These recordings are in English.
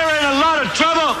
in a lot of trouble!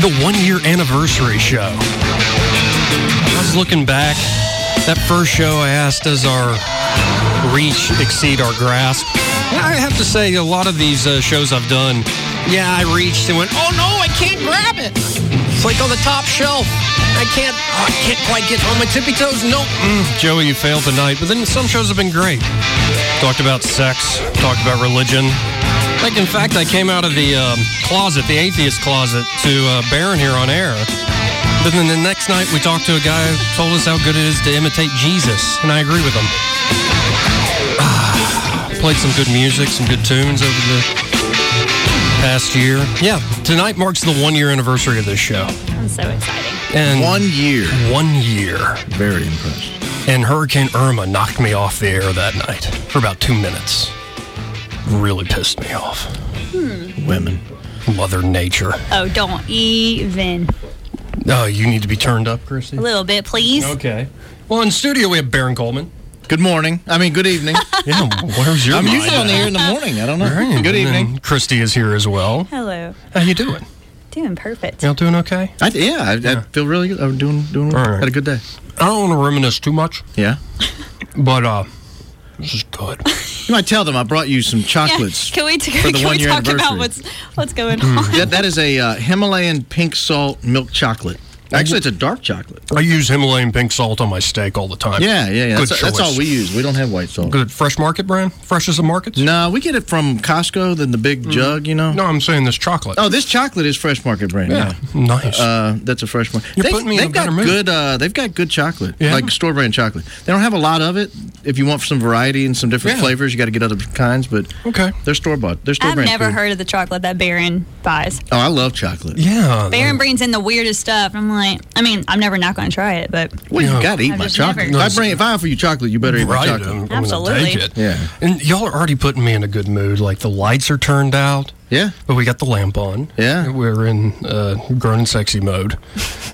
The one year anniversary show. I was looking back. That first show I asked, does our reach exceed our grasp? I have to say, a lot of these uh, shows I've done, yeah, I reached and went, oh no, I can't grab it. It's like on the top shelf. I can't, oh, I can't quite get on my tippy toes. Nope. Mm, Joey, you failed tonight. But then some shows have been great. Talked about sex, talked about religion, like, in fact, I came out of the um, closet, the atheist closet, to uh, Baron here on air. But then the next night, we talked to a guy who told us how good it is to imitate Jesus, and I agree with him. Played some good music, some good tunes over the past year. Yeah, tonight marks the one year anniversary of this show. I'm so excited. And one year. One year. Very impressed. And Hurricane Irma knocked me off the air that night for about two minutes really pissed me off. Hmm. Women. Mother Nature. Oh, don't even. Oh, you need to be turned up, Christy? A little bit, please. Okay. Well, in studio, we have Baron Coleman. Good morning. I mean, good evening. yeah, where's your I'm usually on the air in the morning. I don't know. Right. Good evening. Christy is here as well. Hello. How you doing? Doing perfect. Y'all doing okay? I, yeah, I, yeah. I feel really good. I'm doing, doing well. Right. Had a good day. I don't want to reminisce too much. Yeah. but, uh, this is good. You might tell them I brought you some chocolates. Yeah. Can we, t- for the can one we year talk anniversary. about what's, what's going Hmm. on? Mm. That, that is a uh, Himalayan pink salt milk chocolate. Actually, it's a dark chocolate. I use Himalayan pink salt on my steak all the time. Yeah, yeah, yeah. That's, a, that's, all we use. We don't have white salt. Good. Fresh market brand? Fresh as the markets? No, we get it from Costco, then the big mm. jug, you know? No, I'm saying this chocolate. Oh, this chocolate is fresh market brand. Yeah. yeah. Nice. Uh, that's a fresh market. You're they, putting me they've got mood. good. Uh, they've got good chocolate, yeah. like store brand chocolate. They don't have a lot of it. If you want some variety and some different yeah. flavors, you got to get other kinds, but okay. they're store bought. They're store I've brand. I've never food. heard of the chocolate that Baron buys. Oh, I love chocolate. Yeah. Baron brings in the weirdest stuff. I'm like, I mean, I'm never not going to try it, but well, you no, got to eat I've my chocolate. Never. If I bring, if I offer you chocolate, you better eat right, my chocolate. I'm Absolutely. Take it. Yeah. And y'all are already putting me in a good mood. Like the lights are turned out. Yeah. But we got the lamp on. Yeah. We're in uh, grown and sexy mode.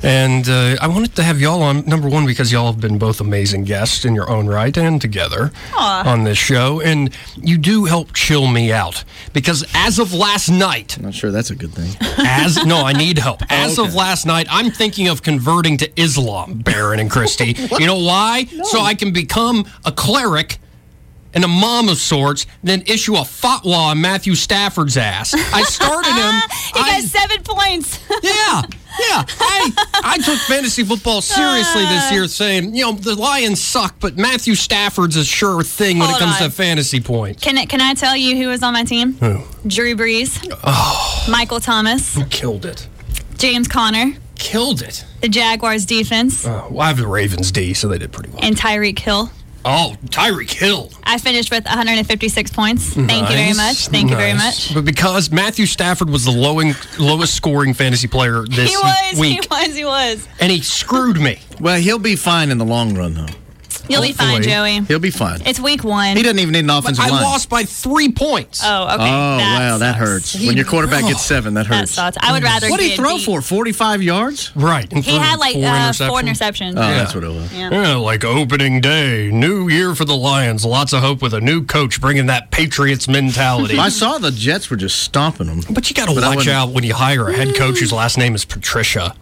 and uh, I wanted to have y'all on, number one, because y'all have been both amazing guests in your own right and together Aww. on this show. And you do help chill me out because as of last night. I'm not sure that's a good thing. As No, I need help. As oh, okay. of last night, I'm thinking of converting to Islam, Baron and Christy. you know why? No. So I can become a cleric and a mom of sorts, then issue a fatwa on Matthew Stafford's ass. I started him. he I, got seven points. yeah, yeah. I I took fantasy football seriously Uh. this year, saying you know the Lions suck, but Matthew Stafford's a sure thing when it comes on. to fantasy points. Can Can I tell you who was on my team? Who? Drew Brees. Oh. Michael Thomas. Who killed it? James Conner. Killed it. The Jaguars defense. Uh, well, I have the Ravens D, so they did pretty well. And Tyreek Hill. Oh, Tyreek Hill. I finished with 156 points. Thank nice. you very much. Thank nice. you very much. But because Matthew Stafford was the lowing, lowest scoring fantasy player this he was, week. He was, he was. And he screwed me. well, he'll be fine in the long run, though. You'll be fine, Joey. He'll be fine. It's week one. He doesn't even need an offensive I line. I lost by three points. Oh, okay. Oh, that wow, sucks. that hurts. He, when your quarterback oh, gets seven, that hurts. Mm. That sucks. I would rather. What did he throw beat. for? Forty-five yards. Right. He had like four, uh, interceptions. four interceptions. Oh, yeah. that's what it was. Yeah. yeah. like opening day, new year for the Lions. Lots of hope with a new coach bringing that Patriots mentality. I saw the Jets were just stomping them. But you got to watch out when you hire a head coach whose last name is Patricia.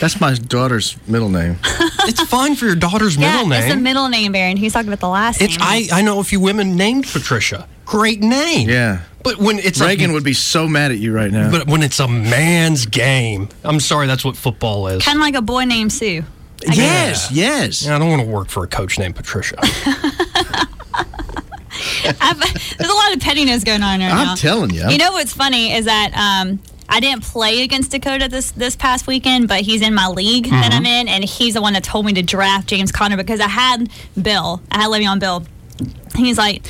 That's my daughter's middle name. it's fine for your daughter's yeah, middle name. It's a middle name, Baron. He's talking about the last it's, name. I, I know a few women named Patricia. Great name. Yeah. But when it's Reagan a, would be so mad at you right now. But when it's a man's game, I'm sorry, that's what football is. Kind of like a boy named Sue. I yes, yes. Yeah, I don't want to work for a coach named Patricia. there's a lot of pettiness going on right I'm now. telling you. You know what's funny is that um, I didn't play against Dakota this this past weekend, but he's in my league that Mhm. I'm in, and he's the one that told me to draft James Conner because I had Bill, I had Le'Veon Bill. And he's like,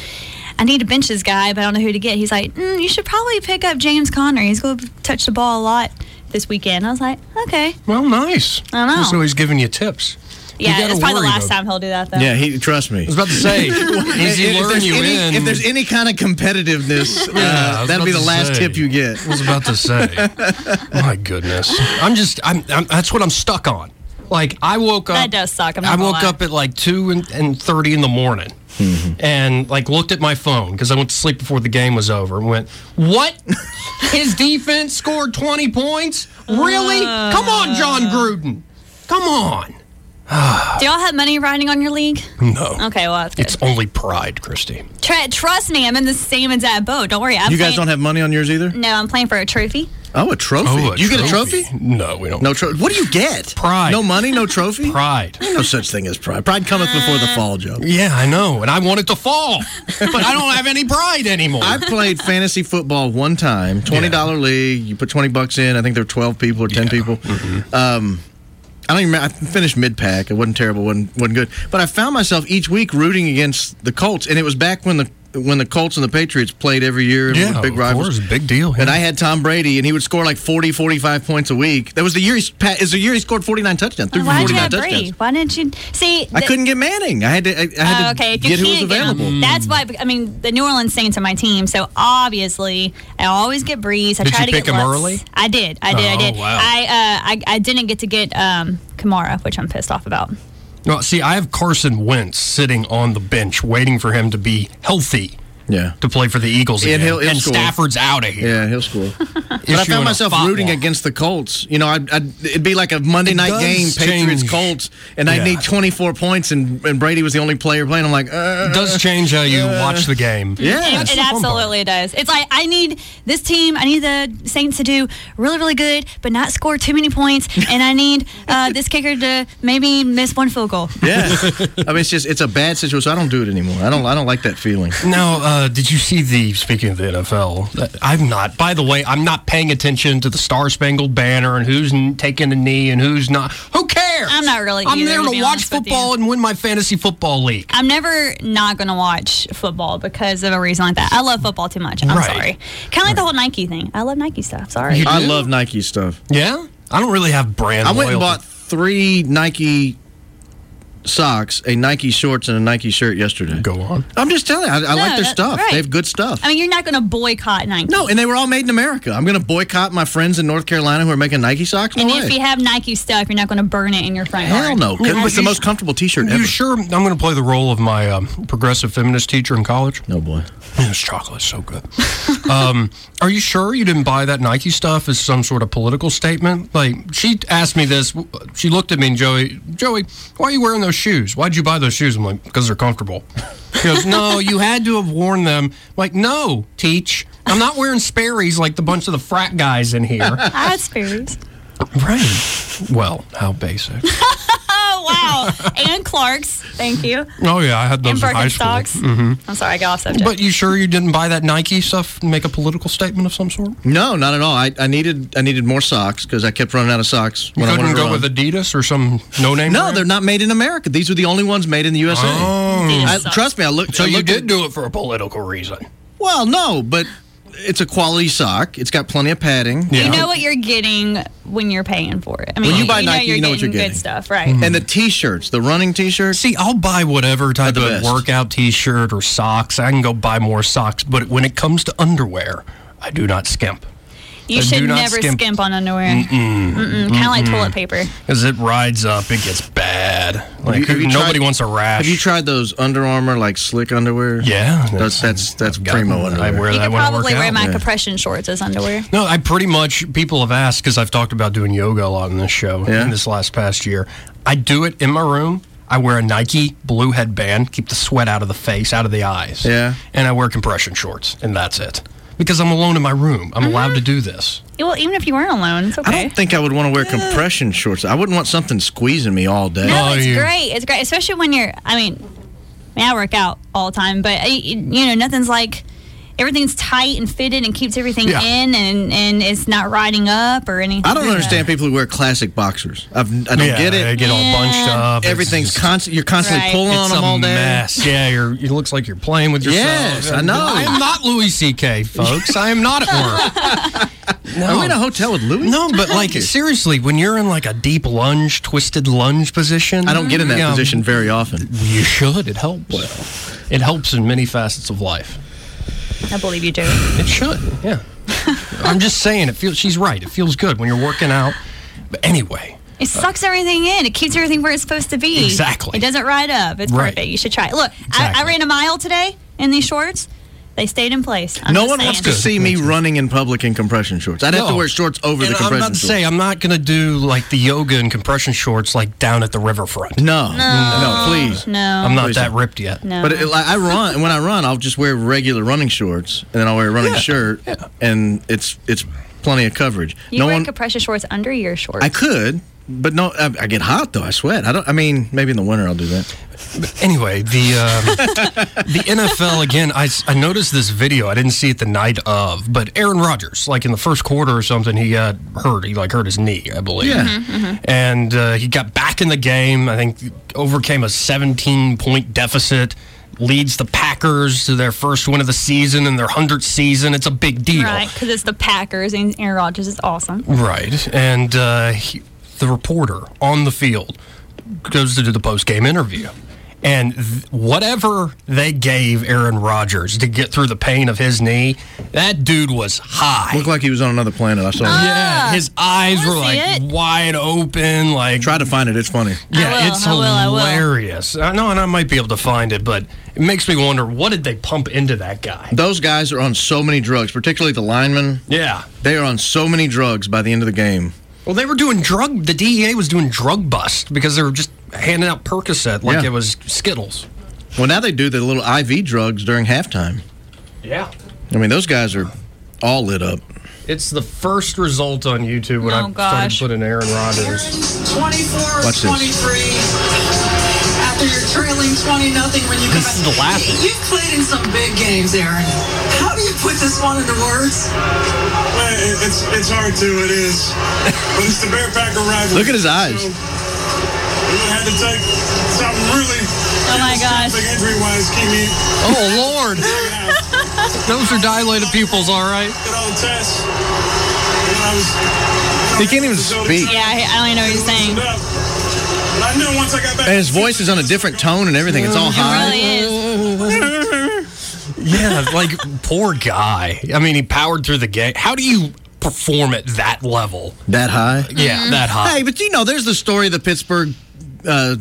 I need to bench this guy, but I don't know who to get. He's like, mm, you should probably pick up James Conner. He's going to touch the ball a lot this weekend. I was like, okay. Well, nice. I know. So he's giving you tips. You Yeah, gotta it's probably the worry last about- time he'll do that though. he trust me. I was about to say, is he luring there's you any, in? If there's any kind of competitiveness, uh, Yeah, I was that'll be the about to last say. tip you get. I was about to say. My goodness, I'm just I'm, I'm that's what I'm stuck on. Like I woke up. That does suck. I'm not I gonna woke lie. up at like two and, and thirty in the morning, Mm-hmm. and like looked at my phone because I went to sleep before the game was over and went, "What? His defense scored twenty points? Really? Come on, John Gruden. Come on." Uh. Do y'all have money riding on your league? No. Okay, well that's good. It's only pride, Christy. Tra- trust me, I'm in the same exact boat. Don't worry. I'm you guys playing- don't have money on yours either. No, I'm playing for a trophy. Oh, a trophy. Oh, a you get a trophy? No, we don't. No trophy. What do you get? Pride. No money, no trophy. Pride. Uh, Ain't no such thing as pride. Pride cometh before the fall, Joe. Yeah, I know, and I want it to fall, but I don't have any pride anymore. I played fantasy football one time, twenty dollar league. You put twenty bucks in. I think there were twelve people or ten people. Mm-hmm. Um, I don't even. I finished mid pack. It wasn't terrible. wasn't wasn't good. But I found myself each week rooting against the Colts, and it was back when the when the Colts and the Patriots played every year. and Yeah, were big of rivals. course, big deal, And yeah. I had Tom Brady, and he would score like 40, 45 points a week. That was the year he pat. Is the year he scored forty nine touchdowns. Threw Why'd forty you nine have touchdowns. Brady? Why didn't you see? I the- couldn't get Manning. I had to. I, I had Oh, to okay, if you get who was can't get him, available. Mm. that's why. I mean, the New Orleans Saints are my team, so obviously I always get Breeze. I Did try you to pick get him Lutz. early? I did. I did. I Oh, did. wow. I, uh, I I didn't get to get um, Kamara, which I'm pissed off about. Well, see, I have Carson Wentz sitting on the bench waiting for him to be healthy Yeah. to play for the Eagles And again. he'll- he'll and score. Stafford's out of here. Yeah, he'll score. but I Issuing a found myself fatwa. rooting against the Colts. You know, I'd, I'd, it'd be like a Monday It night does game, Patriots change. Colts, and I'd Yeah. need 24 points, and, and Brady was the only player playing. I'm like, uh, It does change how you watch the game. yeah. It, it absolutely does. It's like I need this team. I need the Saints to do really, really good, but not score too many points. and I need uh, this kicker to maybe miss one field goal. Yeah, I mean, it's just it's a bad situation. so I don't do it anymore. I don't I don't like that feeling. Now, uh, did you see the, speaking of the NFL, uh, I'm not, by the way, I'm not paying attention to the Star Spangled Banner and who's n- taking a knee and who's not. Who cares? I'm not really I'm either, there to to be watch honest with you. football and win my fantasy football league. I'm never not going to watch football because of a reason like that. I love football too much. I'm Right. sorry. Kind of like the whole Nike thing. I love Nike stuff. Sorry. You I do? love Nike stuff. Yeah? I don't really have brand I went and loyalty. bought three Nike socks, a Nike shorts, and a Nike shirt yesterday. Go on. I'm just telling you, I, I like their that- stuff. right. They have good stuff. I mean, you're not going to boycott Nike. no, and they were all made in America. I'm going to boycott my friends in North Carolina who are making Nike socks. No And way. if you have Nike stuff, you're not going to burn it in your front yard. Hell no. 'cause Yeah, It's the you- most comfortable T-shirt You ever. sure I'm going to play the role of my um, progressive feminist teacher in college? No boy. This chocolate's so good. um, are you sure you didn't buy that Nike stuff as some sort of political statement? Like she asked me this. She looked at me and Joey, Joey, why are you wearing those shoes? Why'd you buy those shoes? I'm like, because they're comfortable. She goes, no, you had to have worn them. I'm like, no, teach. I'm not wearing Sperry's like the bunch of the frat guys in here. I had Sperry's. right. Well, how basic. Oh, wow. and Clark's. Thank you. Oh yeah, I had And those in high school. Mm-hmm. Birkenstocks. I'm sorry, I got off subject. But you sure you didn't buy that Nike stuff and make a political statement of some sort? No, not at all. I, I needed I needed more socks because I kept running out of socks. You I wanted couldn't to go run. with Adidas or some no name? No, they're not made in America. These are the only ones made in the USA. Oh. I, trust me, I looked. So I you looked did at- do it for a political reason. well, no, but it's a quality sock. It's got plenty of padding. Yeah. you know what you're getting when you're paying for it. I mean, When you buy know Nike, you're you know what getting you're getting. good stuff, right? And the T-shirts, the running T-shirts. See, I'll buy whatever type the of best. workout T-shirt or socks. I can go buy more socks, but when it comes to underwear, I do not skimp You I do should not never skimp. skimp. on underwear. Mm-mm. Kind of like toilet paper. because it rides up, it gets bad. Like Have you- have you nobody tried- wants a rash. Have you tried those Under Armour like slick underwear? Yeah, that's that's that's I've gotten- primo underwear. I wear You that could when I work probably wear out. my compression shorts as underwear. No, I pretty much people have asked because I've talked about doing yoga a lot in this show Yeah. in this last past year. I do it in my room. I wear a Nike blue headband, keep the sweat out of the face, out of the eyes. Yeah. And I wear compression shorts, and that's it. Because I'm alone in my room. I'm allowed to do this. Yeah, Mm-hmm. Well, even if you weren't alone, it's I okay. don't think I would want to wear compression shorts. I wouldn't want something squeezing me all day. no, Oh, it's yeah. great. It's great, especially when you're. I mean, I, mean, I work out all the time, but I, you know, nothing's like. everything's tight and fitted and keeps everything Yeah. in and and it's not riding up or anything. I don't like understand that. people who wear classic boxers. I've, I don't Yeah, get it. they get all bunched Yeah. up. It's Everything's just- constant. You're constantly Right. pulling on It's them a all day. mess. Yeah, you're, it looks like you're playing with yourself. Yes, I know. I am not Louis C.K., folks. I am not at work. Are we in a hotel with Louis? No, but like you. seriously, when you're in like a deep lunge, twisted lunge position, I don't get in that yeah, position very often. You should. It helps. it helps in many facets of life. I believe you do. It should. Yeah. I'm just saying. It feels. She's right. It feels good when you're working out. But anyway, It sucks everything in. It keeps everything where it's supposed to be. Uh, Exactly. It doesn't ride up. It's Right. perfect. You should try it. Look, I, I Exactly. ran a mile today in these shorts. They stayed in place. I'm no just one wants saying. to see me running in public in compression shorts. I'd have to No. wear shorts over And the compression I'm about to shorts. say I'm not gonna do like the yoga and compression shorts like down at the riverfront. no, no, please. No. I'm not Please that don't. ripped yet. No. But it, like, I run, and when I run, I'll just wear regular running shorts, and then I'll wear a running shirt, and it's it's plenty of coverage. you no wear one, compression shorts under your shorts. I could, but no, I, I get hot though. I sweat. I don't. I mean, maybe in the winter I'll do that. Mm-hmm. Anyway, the um, the NFL again. I, s- I noticed this video. I didn't see it the night of, but Aaron Rodgers, like in the first quarter or something, he got hurt. He like hurt his knee, I believe. Yeah. Mm-hmm. And uh, he got back in the game. I think overcame a 17 point deficit. Leads the Packers to their first win of the season and their hundredth season. It's a big deal. Right, because it's the Packers and Aaron Rodgers is awesome. Right. And uh, he, the reporter on the field goes to do the post game interview. And th- whatever they gave Aaron Rodgers to get through the pain of his knee, that dude was high. Looked like he was on another planet. I saw. Oh. him. yeah, his eyes I Ah, were wanna see like it. wide open. Like, Try to find it. It's funny. yeah, will, it's I will, I will. hilarious. I know, and I might be able to find it, but it makes me wonder what did they pump into that guy? Those guys are on so many drugs, particularly the linemen. Yeah. They are on so many drugs by the end of the game. Well, they were doing drug. The DEA was doing drug bust because they were just handing out Percocet like Yeah. it was Skittles. Well, now they do the little IV drugs during halftime. Yeah. I mean, those guys are all lit up. It's the first result on YouTube when Oh, I gosh. started putting Aaron Rodgers. 24 Watch this. 23 after you're trailing 20 nothing when you come This back. is the last one. You've played in some big games, Aaron. How do you put this one into words? Well, it- It's it's hard to. It is. But it's the Bear Packer rivalry. Look at his eyes. So, we had to take something really. Oh my gosh. Injury wise, keep me Oh Lord, those are dilated pupils, all right. at all tests. And I was. you know, He can't even facilities, speak. Yeah, I, I don't even know what you're saying. loosened up. But I knew once I got back. And his voice is on a different tone and everything. It's all high. It really is. Yeah, like poor guy. I mean, he powered through the game. How do you perform at that level? That high? Yeah, Mm-hmm. that high. Hey, but you know, there's the story of the Pittsburgh uh,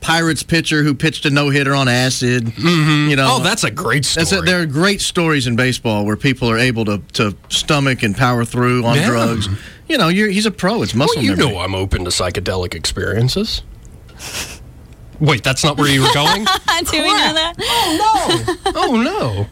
Pirates pitcher who pitched a no hitter on acid. You know, oh, that's a great story. that's it. There are great stories in baseball where people are able to, to stomach and power through on Yeah. drugs. You know, you're, he's a pro. It's muscle well, you memory. know I'm open to psychedelic experiences. Wait, that's not where you were going. Do we know that? oh no! Oh no!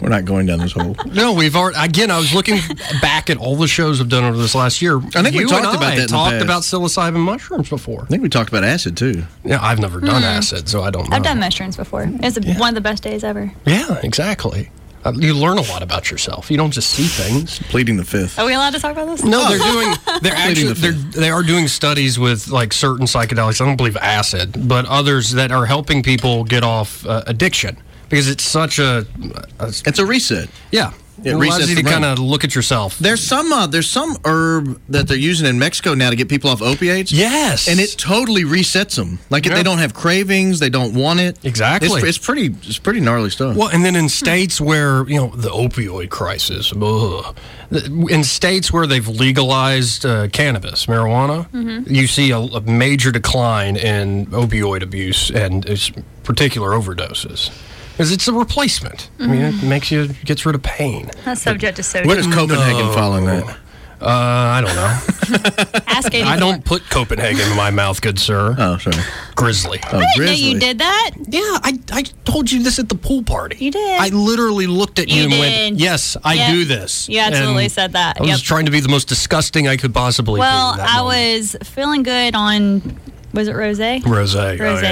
We're not going down this hole. No, we've already. Again, I was looking back at all the shows I've done over this last year. I think we you talked and about I that in the Talked past. about psilocybin mushrooms before. I think we talked about acid too. Yeah, I've never done acid, so I don't. know. Hmm. I've done mushrooms before. It's one of the best days ever. Yeah, exactly. Uh, you learn a lot about yourself. You don't just see things. Pleading the fifth. Are we allowed to talk about this? Oh. No, they're doing. They're Pleading actually. the They're, they are doing studies with like certain psychedelics. I don't believe acid, but others that are helping people get off uh, addiction because it's such a. a It's a reset. yeah. Yeah, It resets allows you the to brain. kind of look at yourself. There's some uh, there's some herb that they're using in Mexico now to get people off opiates. Yes. and it totally resets them. Like Yeah. they don't have cravings, they don't want it. Exactly. It's, it's pretty. It's pretty gnarly stuff. Well, and then in states where you know the opioid crisis, ugh. The- in states where they've legalized uh, cannabis, marijuana, Mm-hmm. you see a, a major decline in opioid abuse and its particular overdoses. Because it's a replacement. I mean, it makes you gets rid of pain. Mm-hmm. That's subject to sodium. Where does Copenhagen fall in that? Uh, I don't know. Ask Katie. I don't put Copenhagen in my mouth, good sir. Oh, sorry. Grizzly. Oh, I didn't know you did that. Yeah, I, I told you this at the pool party. You did. I literally looked at You you, and went, did. "Yes, I Yeah. do this." You absolutely And said that. I was Yep. trying to be the most disgusting I could possibly. Well, be I was feeling good on, was it rose? was rosé. Rosé. Oh,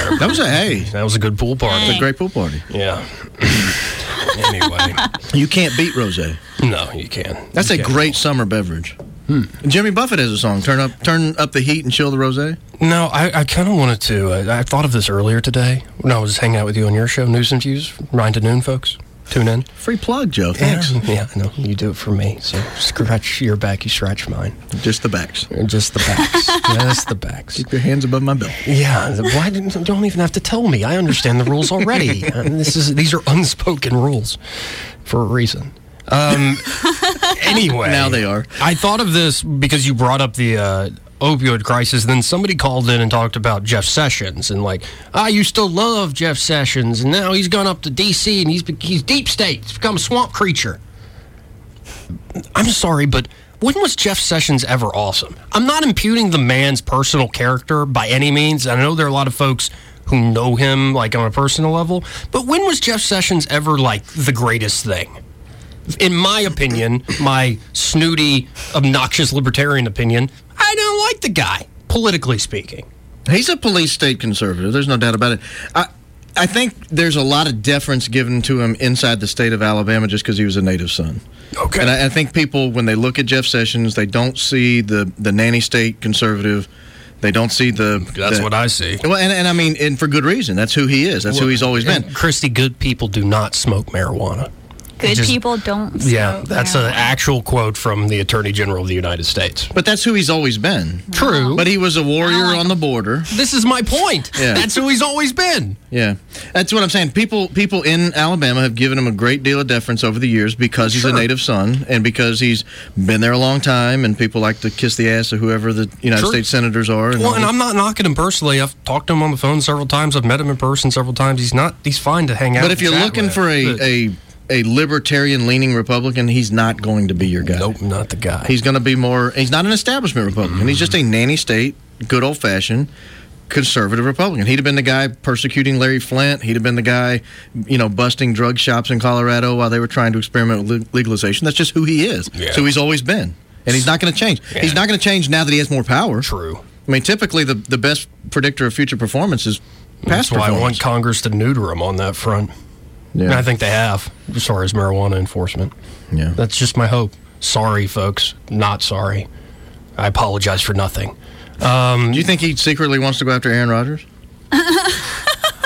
yeah, That was a hey. that was a good pool party. It's a great pool party. Yeah. anyway. You can't beat rosé. No, you can. That's You a can't. great summer beverage. Hmm. Jimmy Buffett has a song. Turn up, turn up the heat and chill the rosé. No, I, I kind of wanted to. Uh, I thought of this earlier today when I was hanging out with you on your show, News and Views, 9 to noon, folks. Tune in. Free plug, Joe. Thanks. Yeah, yeah, I know. You do it for me. So scratch your back, you scratch mine. Just the backs. Just the backs. Just the backs. Keep your hands above my belt. Yeah. the- Why didn't you don't even have to tell me? I understand the rules already. Uh, this is these are unspoken rules for a reason. Um, anyway, Now they are. I thought of this because you brought up the uh, opioid crisis. Then somebody called in and talked about Jeff Sessions and like, I used to love Jeff Sessions, and now he's gone up to D.C. and he's be- he's deep state. He's become a swamp creature. I'm sorry, but when was Jeff Sessions ever awesome? I'm not imputing the man's personal character by any means. I know there are a lot of folks who know him like on a personal level, but when was Jeff Sessions ever like the greatest thing? In my opinion, my snooty, obnoxious libertarian opinion, I don't like the guy, politically speaking. He's a police state conservative. There's no doubt about it. I I think there's a lot of deference given to him inside the state of Alabama just because he was a native son. Okay. And I, I think people, when they look at Jeff Sessions, they don't see the the nanny state conservative. They don't see the. That's the- what I see. Well, and, and I mean, and for good reason. That's who he is. That's who he's always been. And Christy, good people do not smoke marijuana. Good Just- people don't. Yeah, smoke that's marijuana. an actual quote from the Attorney General of the United States. But that's who he's always been. True. But he was a warrior on the border. This is my point. Yeah. That's who he's always been. Yeah, that's what I'm saying. People, people in Alabama have given him a great deal of deference over the years because he's a native son and because he's been there a long time, and people like to kiss the ass of whoever the United Sure. States senators are. Well, all and that. I'm not knocking him personally. I've talked to him on the phone several times. I've met him in person several times. He's not. He's fine to hang out. but if and you're chat looking with. for But- a a a libertarian leaning Republican, he's not going to be your guy. nope, not the guy. He's going to be more. He's not an establishment Republican. He's just a nanny state, good old fashioned conservative Republican. He'd have been the guy persecuting Larry Flint. He'd have been the guy, you know, busting drug shops in Colorado while they were trying to experiment with le- legalization. That's just who he is. Yeah. So he's always been, and he's not going to change. Yeah. He's not going to change now that he has more power. true. I mean, typically the the best predictor of future performance is past That's why I performance. want Congress to neuter him on that front. And I think they have, as far as marijuana enforcement. Yeah. That's just my hope. Sorry, folks. Not sorry. I apologize for nothing. Do you think he secretly wants to go after Aaron Rodgers?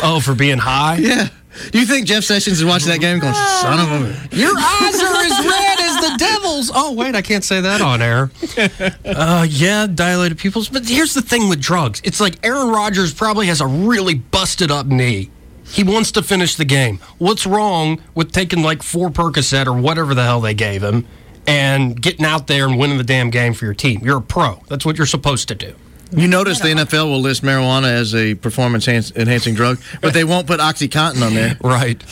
Oh, for being high? Yeah. Do you think Jeff Sessions is watching that game going, Ah. son of a... Your eyes are as red as the devil's. Oh, wait, I can't say that on air. Uh, yeah, dilated pupils. But here's the thing with drugs it's like Aaron Rodgers probably has a really busted up knee. He wants to finish the game. What's wrong with taking like four Percocet or whatever the hell they gave him and getting out there and winning the damn game for your team? You're a pro. That's what you're supposed to do. You notice the NFL will list marijuana as a performance enhan- enhancing drug, but they won't put OxyContin on there. Right.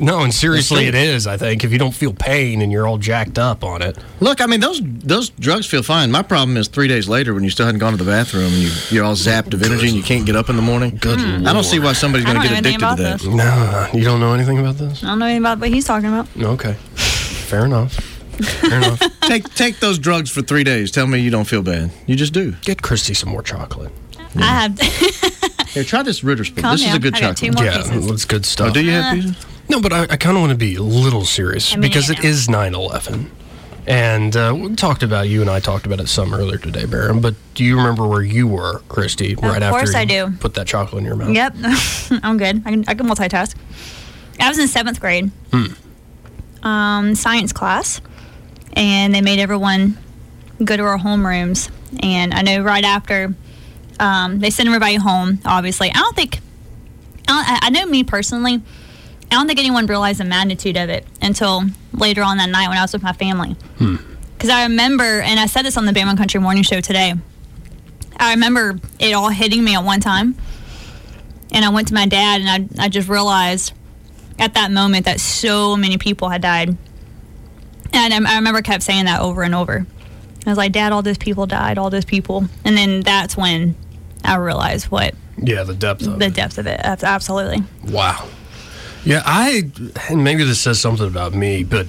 No, and seriously, it is, I think, if you don't feel pain and you're all jacked up on it. Look, I mean those those drugs feel fine. My problem is three days later when you still hadn't gone to the bathroom and you you're all zapped of energy and you can't get up in the morning. Good. Hmm. I don't see why somebody's I going to don't get know anything addicted to about that. this. No, you don't know anything about this? I don't know anything about what he's talking about. Okay. Fair enough. Fair enough. Take take those drugs for three days. Tell me you don't feel bad. You just do. Get Christy some more chocolate. I have. Here, try this Ritterspin. Calm this is a down. good I got two chocolate. more Uh, yeah, pieces. that's good stuff. Oh, do you have pizza? No, but I, I kind of want to be a little serious I mean, because you it know. is 9 11. And uh, we talked about you and I talked about it some earlier today, Baron. But do you remember where you were, Christy, right after course you I do. put that chocolate in your mouth? Yep, I'm good. I can, I can multitask. I was in seventh grade, um, science class, and they made everyone go to our homerooms. And I know right after um, they sent everybody home, obviously. I don't think, I, I I know me personally, I don't think anyone realized the magnitude of it until later on that night when I was with my family. Because I remember, and I said this on the Bama Country Morning Show today. I remember it all hitting me at one time and I went to my dad and I, I just realized at that moment that so many people had died. And I, I remember kept saying that over and over. I was like, Dad, all those people died, all those people. And then that's when I realized what Yeah, the depth of the it. depth of it. Ab- Absolutely. Wow. Yeah, I, and maybe this says something about me, but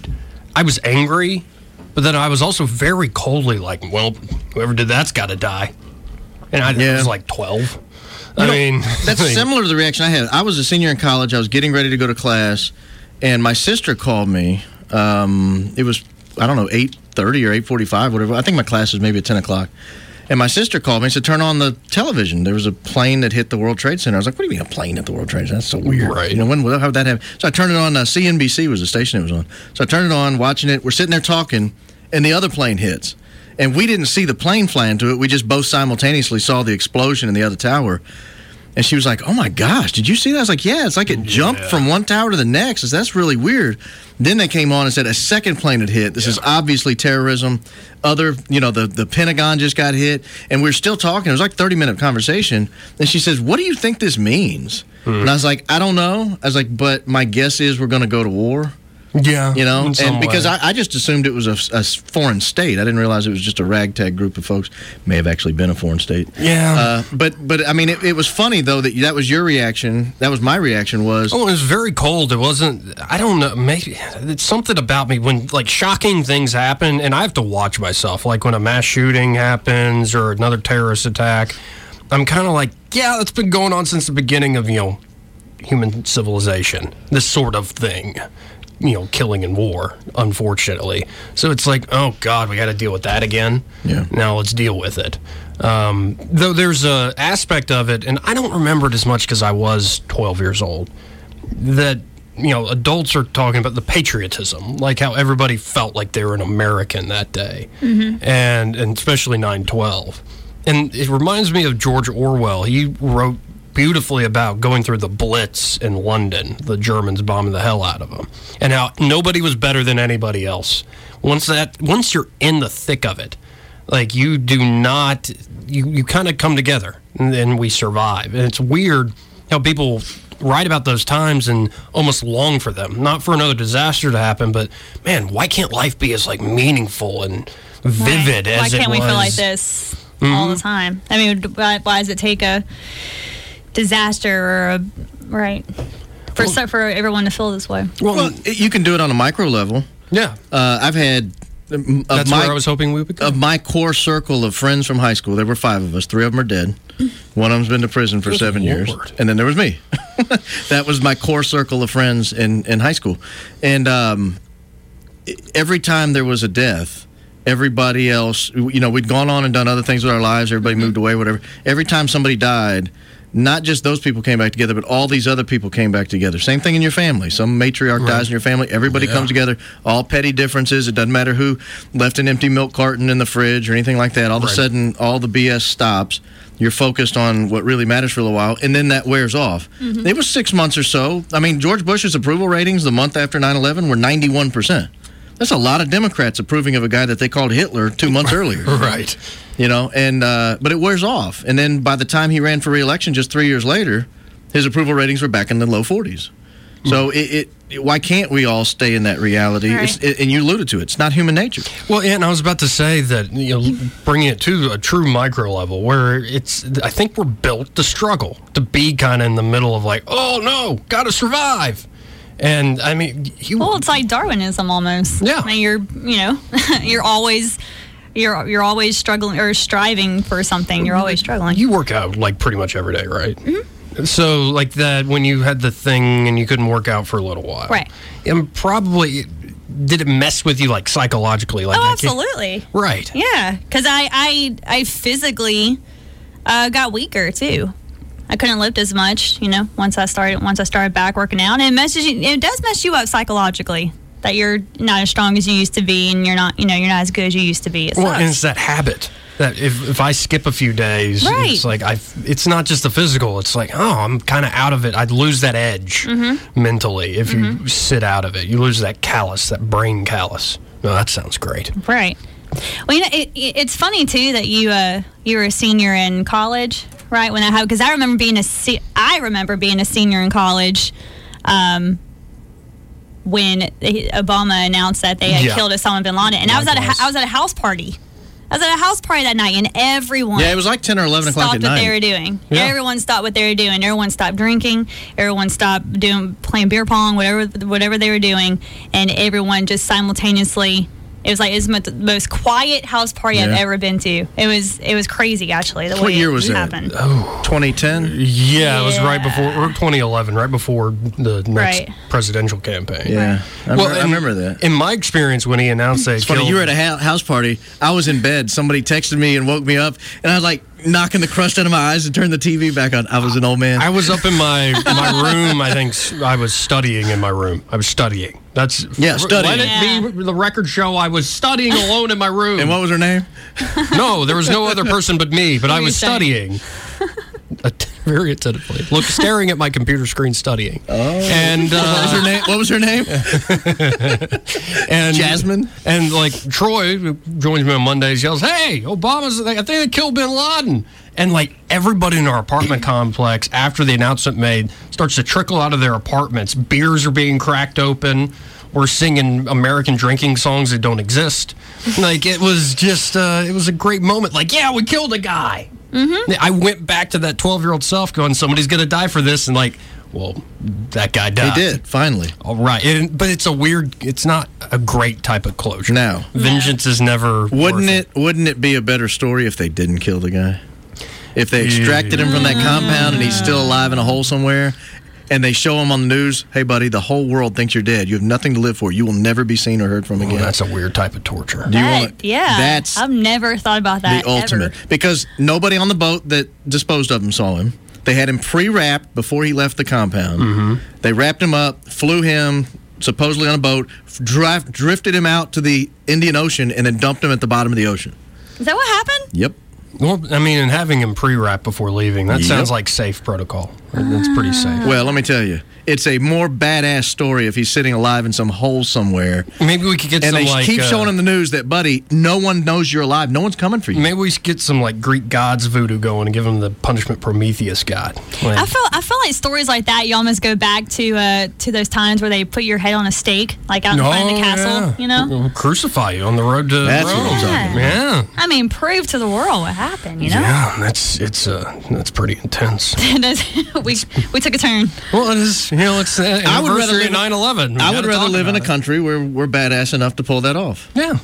I was angry, but then I was also very coldly like, well, whoever did that's got to die. And I, I Yeah. was like 12. I mean, That's I mean, similar to the reaction I had. I was a senior in college. I was getting ready to go to class, and my sister called me. Um, it was I don't know eight thirty or eight forty five, whatever. I think my class was maybe at ten o'clock. And my sister called me and said, "Turn on the television." There was a plane that hit the World Trade Center. I was like, "What do you mean a plane hit the World Trade Center? That's so weird." Right? You know, when how would that happen? So I turned it on. Uh, CNBC was the station it was on. So I turned it on, watching it. We're sitting there talking, and the other plane hits, and we didn't see the plane fly into it. We just both simultaneously saw the explosion in the other tower. And she was like, "Oh my gosh, did you see that?" I was like, "Yeah, it's like it jumped from one tower to the next. I said, That's really weird." Then they came on and said a second plane had hit. This is obviously terrorism. Other, you know, the the Pentagon just got hit, and we are still talking. It was like thirty minute conversation. And she says, "What do you think this means?" Hmm. And I was like, "I don't know." I was like, "But my guess is we're going to go to war." Yeah, you know, in some and because way. I, I just assumed it was a, s- a s- foreign state. I didn't realize it was just a ragtag group of folks. May have actually been a foreign state. Yeah. Uh, but but I mean, it, it was funny though that that was your reaction. That was my reaction. Was Oh, it was very cold. It wasn't. I don't know. Maybe it's something about me when like shocking things happen, and I have to watch myself. Like when a mass shooting happens or another terrorist attack, I'm kind of like, yeah, that's been going on since the beginning of you know human civilization. This sort of thing, you know, killing and war. Unfortunately, so it's like, oh God, we got to deal with that again. Yeah. Now let's deal with it. Um, though there's a aspect of it, and I don't remember it as much because I was 12 years old that you know adults are talking about the patriotism like how everybody felt like they were an american that day Mhm. and and especially 912 and it reminds me of george orwell he wrote beautifully about going through the blitz in london the germans bombing the hell out of them and how nobody was better than anybody else once that once you're in the thick of it like you do not you, you kind of come together and then we survive and it's weird how people write about those times and almost long for them not for another disaster to happen but man why can't life be as like meaningful and vivid Why as it can't was we feel like this all the Mhm. time? I mean, why, why does it take a disaster or a right for so- for everyone to feel this way? Well, it- you can do it on a micro level. Yeah. Uh, I've had. um, Of That's my, where I was hoping we would Of my core circle of friends from high school, there were five of us. Three of them are dead. One of them's been to prison for Mm-hmm. Good seven Lord. years. And then there was me. that was my core circle of friends in, in high school. And um, every time there was a death, everybody else, you know, we'd gone on and done other things with our lives. Everybody Mm-hmm. moved away, whatever. Every time somebody died, not just those people came back together, but all these other people came back together. Same thing in your family. Some matriarch dies in your family. Everybody Yeah. comes together. All petty differences. It doesn't matter who left an empty milk carton in the fridge or anything like that. All of Right. a sudden, all the BS stops. You're focused on what really matters for a little while, and then that wears off. Mm-hmm. It was six months or so. I mean, George Bush's approval ratings the month after 9 11 were 91%. That's a lot of Democrats approving of a guy that they called Hitler two months earlier. Right. You know, and uh, but it wears off. And then by the time he ran for reelection just three years later, his approval ratings were back in the low 40s. Hmm. So it, it, why can't we all stay in that reality? It's, it, and you alluded to it. It's not human nature. Well, yeah, and I was about to say that you know, bringing it to a true micro level where it's, I think we're built to struggle, to be kind of in the middle of like, oh no, got to survive. And I mean, you, Well, it's like Darwinism almost. Yeah, I mean, you're you know you're always you're you're always struggling or striving for something. You're always struggling. you work out like pretty much every day, right? Mm-hmm. So, like that when you had the thing and you couldn't work out for a little while. Right. And probably, did it mess with you like psychologically? Like, oh, I can't- absolutely. Right. Yeah, because I, I I physically uh, got weaker too. I couldn't lift as much, you know. Once I started, once I started back working out, and it messes you, it does mess you up psychologically. That you're not as strong as you used to be, and you're not, you know, you're not as good as you used to be. It Well, and sucks. it's that habit that if, if I skip a few days, Right. it's like I. It's not just the physical. It's like oh, I'm kind of out of it. I'd lose that edge Mhm. mentally if you Mhm. sit out of it. You lose that callus, that brain callus. No, that sounds great. Right. Well, you know, it, it- it's funny too that you uh, you were a senior in college, right? When I because I remember being a se- I remember being a senior in college. Um, when he- Obama announced that they had Yeah. killed Osama bin Laden, and I was at a, hou- I was at a house party. I was at a house party that night, and everyone Yeah, it was like 10 or 11 o'clock at stopped what night. they were doing. Yeah. Everyone stopped what they were doing. Everyone stopped drinking. Everyone stopped doing playing beer pong, whatever whatever they were doing, and everyone just simultaneously It was like it was the most quiet house party I've Yeah. ever been to. It was it was crazy actually. The What way year it was that? happened. Oh, 2010? Yeah, it was right before or 2011, right before the next Right. presidential campaign. Yeah. I remember- I in- remember that. In my experience, when he announced that, It's funny. You were at a ha- house party. I was in bed. Somebody texted me and woke me up, and I was like knocking the crust out of my eyes and turned the TV back on. I was an old man. I was up in my my room. I think s- I was studying in my room. I was studying. That's Yeah, Let studying. it be the record show. I was studying alone in my room. And what was her name? No, there was no other person but me. But What I were you was studying? studying. Att- Very attentively, look, staring at my computer screen, studying, oh. and What was her uh, name? What was her name? and Jasmine. and like Troy who joins me on Mondays, yells, "Hey, Obama's! I think they killed Bin Laden!" And like everybody in our apartment complex, after the announcement made, starts to trickle out of their apartments. Beers are being cracked open. We're singing American drinking songs that don't exist. Like it was just, uh, it was a great moment. Like, yeah, we killed a guy. Mm-hmm. I went back to that twelve-year-old self, going, "Somebody's gonna die for this," and like. Well, that guy He died. did finally. All Oh, right, and, but it's a weird. It's not a great type of closure. No. vengeance is never. Wouldn't worth it? Wouldn't it be a better story if they didn't kill the guy? If they extracted him from that compound and he's still alive in a hole somewhere, and they show him on the news, "Hey, buddy, the whole world thinks you're dead. You have nothing to live for. You will never be seen or heard from Well, again." that's a weird type of torture. Do you That- wanna- yeah, that's I've never thought about that. the ultimate ever. because nobody on the boat that disposed of him saw him. They had him pre-wrapped before he left the compound. Mm-hmm. They wrapped him up, flew him supposedly on a boat, f- drive, drifted him out to the Indian Ocean, and then dumped him at the bottom of the ocean. Is that what happened? Yep. Well, I mean, and having him pre-wrap before leaving—that Yep. sounds like safe protocol. That's pretty safe. Well, let me tell you, it's a more badass story if he's sitting alive in some hole somewhere. Ah. Maybe we could get And some they like. keep uh, showing him the news that, buddy, no one knows you're alive. No one's coming for you. Maybe we should get some like Greek gods voodoo going and give him the punishment Prometheus god. Like, I feel I feel like stories like that you almost go back to uh, to those times where they put your head on a stake, like out in front of Oh, the castle. yeah. You know, We'll crucify you on the road to That's Rome. what I'm talking about. Yeah, I mean, prove to the world what happened. You know, yeah, that's it's uh that's pretty intense. And that's- we we took a turn. well, it is. You know, it's uh, I would rather anniversary live of 9/11. We I would gotta rather talk live in about a it. country where we're badass enough to pull that off. Yeah.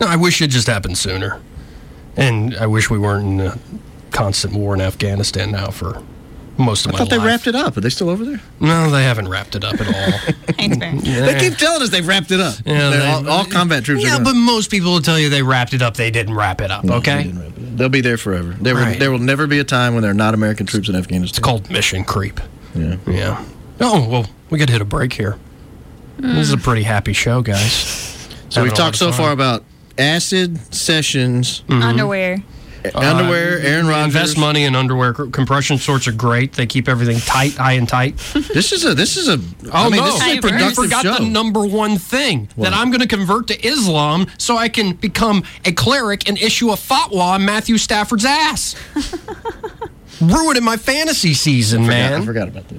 No, I wish it just happened sooner. And I wish we weren't in a constant war in Afghanistan now for most of I my thought life. they wrapped it up. Are they still over there? No, they haven't wrapped it up at all. Thanks, Barry. They keep telling us they've wrapped it up. Yeah, They're they- all, all combat troops yeah, are but gone. most people will tell you they wrapped it up. They didn't wrap it up, okay? They'll be there forever. There, Right. will, there will never be a time when there are not American troops in Afghanistan. It's called mission creep. Yeah. Yeah. Oh, well, we got to hit a break here. This is a pretty happy show, guys. So we've Having a lot talked of so fun. Mm. far about acid sessions, Underwear. underwear, Aaron Rodgers. Uh, Invest money in underwear. Compression shorts are great. They keep everything tight, high and tight. This is a this is a Oh I mean, no! this is Hey, a Bert. you productive forgot show. the number one thing What? that I'm going to convert to Islam so I can become a cleric and issue a fatwa on Matthew Stafford's ass. Ruining my fantasy season, Yeah, man. I forgot about that.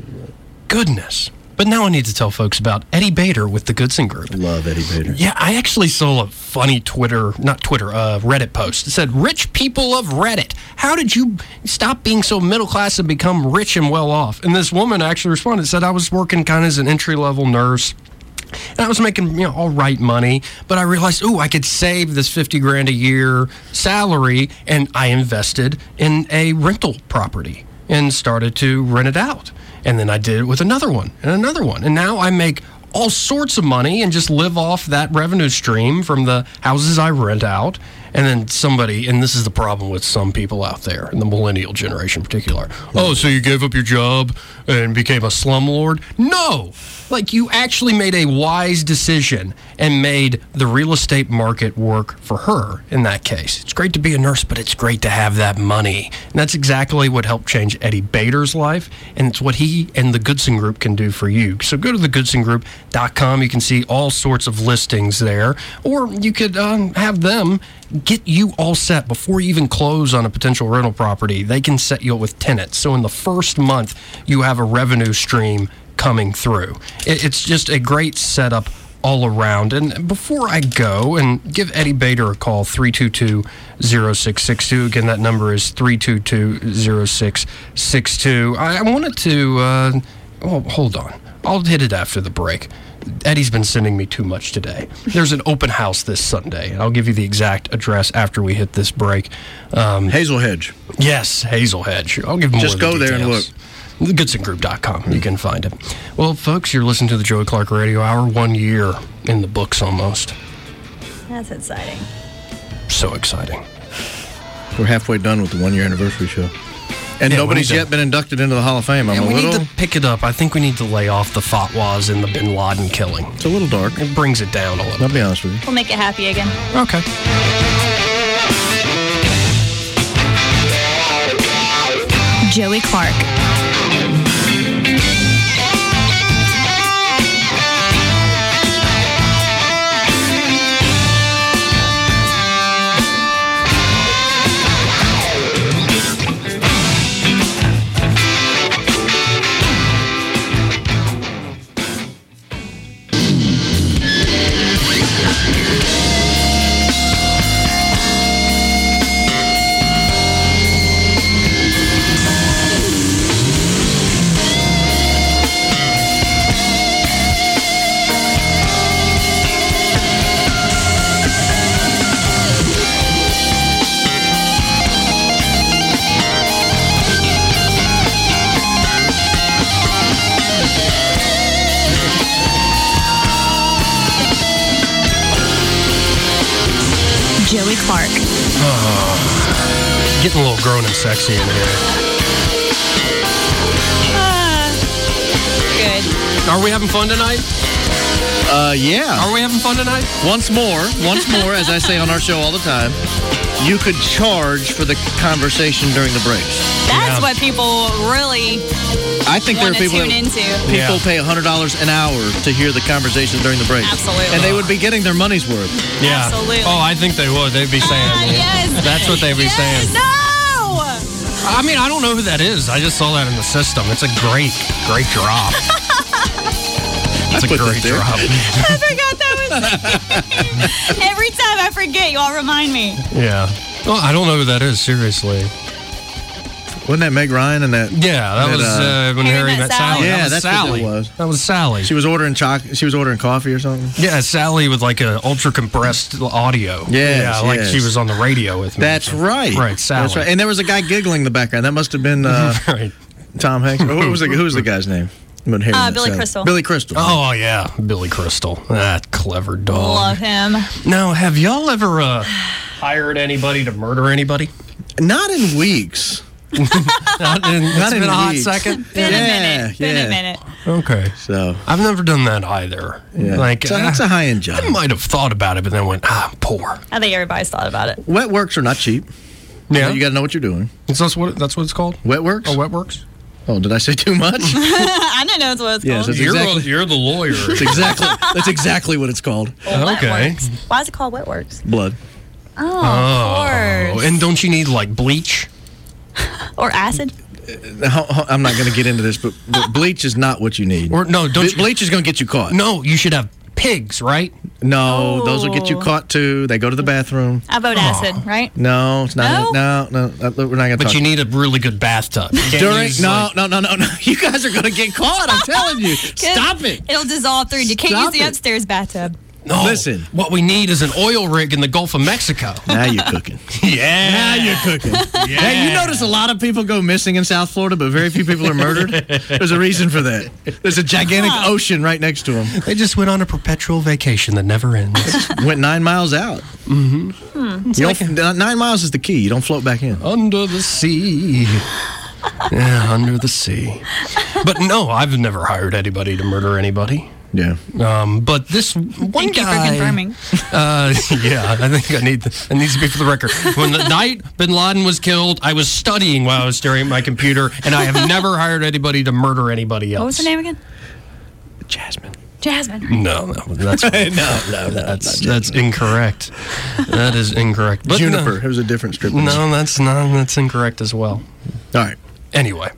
Goodness. But now I need to tell folks about Eddie Bader with the Goodson Group. Love Eddie Bader. Yeah, I actually saw a funny Twitter, not Twitter, uh, Reddit post. It said, Rich people of Reddit, how did you stop being so middle class and become rich and well off? And this woman actually responded, said, I was working kind of as an entry level nurse. And I was making you know all right money, but I realized, ooh, I could save this fifty grand a year salary, and I invested in a rental property and started to rent it out. And then I did it with another one and another one, and now I make all sorts of money and just live off that revenue stream from the houses I rent out. And then somebody, and this is the problem with some people out there, in the millennial generation in particular. Oh, so you gave up your job and became a slumlord? No! Like, you actually made a wise decision and made the real estate market work for her in that case. It's great to be a nurse, but it's great to have that money. And that's exactly what helped change Eddie Bader's life. And it's what he and the Goodson Group can do for you. So go to thegoodsongroup.com. You can see all sorts of listings there, or you could um, have them get you all set before you even close on a potential rental property. They can set you up with tenants. So in the first month, you have a revenue stream coming through. It, it's just a great setup all around. And before I go and give Eddie Bader a call, 322-0662. Again, that number is oh, 322-0662. I, I wanted to, uh, well, hold on. I'll hit it after the break. Eddie's been sending me too much today. There's an open house this Sunday. I'll give you the exact address after we hit this break. Um, Hazel Hedge. Yes, Hazel Hedge. I'll give more Just the go there and details. look. Goodsongroup.com. You can find it. Well, folks, you're listening to the Joey Clark Radio Hour. One year in the books almost. That's exciting. So exciting. We're halfway done with the one year anniversary show. And Yeah, nobody's we're done. yet been inducted into the Hall of Fame. I'm And a we little. need to pick it up. I think we need to lay off the fatwas and the bin Laden killing. It's a little dark. It brings it down a little. I'll be honest with you. We'll make it happy again. Okay. Joey Clark. Joey Clark. Oh, getting a little grown and sexy in here. Ah. Good. Are we having fun tonight? Uh, yeah. Are we having fun tonight? Once more, once more, as I say on our show all the time, you could charge for the conversation during the breaks. That's what people really I think there are want to people tune that into. people pay hundred dollars an hour to hear the conversations during the breaks. Absolutely. And they would be getting their money's worth. Yeah. Absolutely. Oh, I think they would. They'd be saying. Ah, yes. That's what they'd be saying. No! I mean, I don't know who that is. I just saw that in the system. It's a great, great drop. It's a put that great there. drop. I forgot that was. Every time I forget, you all remind me. Yeah. Well, I don't know who that is. Seriously. Wasn't that Meg Ryan and that? Yeah, that was uh, when Harry, met Sally. Yeah, that was that's what Sally. it was. That was Sally. She was ordering choc. She was ordering coffee or something. yeah, Sally with like a ultra compressed audio. Yes, yeah, like yes. she was on the radio with me. That's right. Right, Mm-hmm. Sally. That's right. And there was a guy giggling in the background. That must have been uh, Right. Tom Hanks. Who was the, who was the guy's name? When Harry Uh, met Billy Sally. Crystal. Billy Crystal. Oh yeah, Billy Crystal. That clever dog. Love him. Now, have y'all ever uh, hired anybody to murder anybody? Not in weeks. Not in, Not it's in been a hot weeks. second. Been Yeah, a minute. Been yeah. a minute. Okay, So I've never done that either. yeah, Like so that's uh, a high end job. I might have thought about it, but then went, ah, poor. I think everybody's thought about it. Wet works are not cheap. Yeah, you got to know what you're doing. Is that's what that's what it's called. Wet works. Oh, wet works. Oh, did I say too much? I don't know what it's Yes, called. it's- You're- exactly- you're the lawyer. that's exactly. That's exactly what it's called. Well, Wet okay. Works. Why is it called Wet Works? Blood. Oh, of Oh, course. and don't you need like bleach? or acid. Ho- ho- I'm not going to get into this, but, but bleach is not what you need. Or no, don't Ble- you- bleach is going to get you caught. No, you should have pigs, right? No, those will get you caught too. They go to the bathroom. I vote acid, right? No, it's not. No, no, no uh, we're not going to But talk. you need a really good bathtub. You can't during use, no, like- no, no, no, no. You guys are going to get caught. I'm telling you. Stop it. It'll dissolve through. You can't Stop use the it. upstairs bathtub. no. Listen. what we need is an oil rig in the Gulf of Mexico. Now you're cooking. yeah, Now you're cooking. Hey, you notice a lot of people go missing in South Florida, but very few people are murdered. There's a reason for that. There's a gigantic ocean right next to them. They just went on a perpetual vacation that never ends. Went nine miles out. Mm-hmm. You don't, nine miles is the key. You don't float back in. under the sea. Yeah, under the sea. But no, I've never hired anybody to murder anybody. Yeah. Um, but this one Thank you for guy, confirming. Uh, yeah, I think I need I needs to be for the record. When the night Bin Laden was killed, I was studying while I was staring at my computer, and I have never hired anybody to murder anybody else. What was her name again? Jasmine. Jasmine. No, no, that's no, no, that's that's incorrect. That is incorrect. But Juniper. It was a different script. No, no, that's not. That's incorrect as All well. right. Anyway,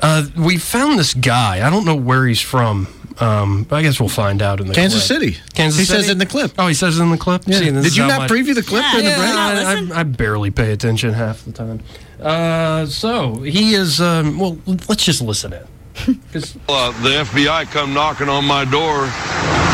uh, we found this guy. I don't know where he's from. Um, but I guess we'll find out in the Kansas clip. City. Kansas He City. says it in the clip. Oh, he says it in the clip. See, this Did is you how not much- preview the clip during the Yeah. break? I, listen. I, I barely pay attention half the time. Uh, so he is. Um, well, let's just listen in. Uh, the FBI come knocking on my door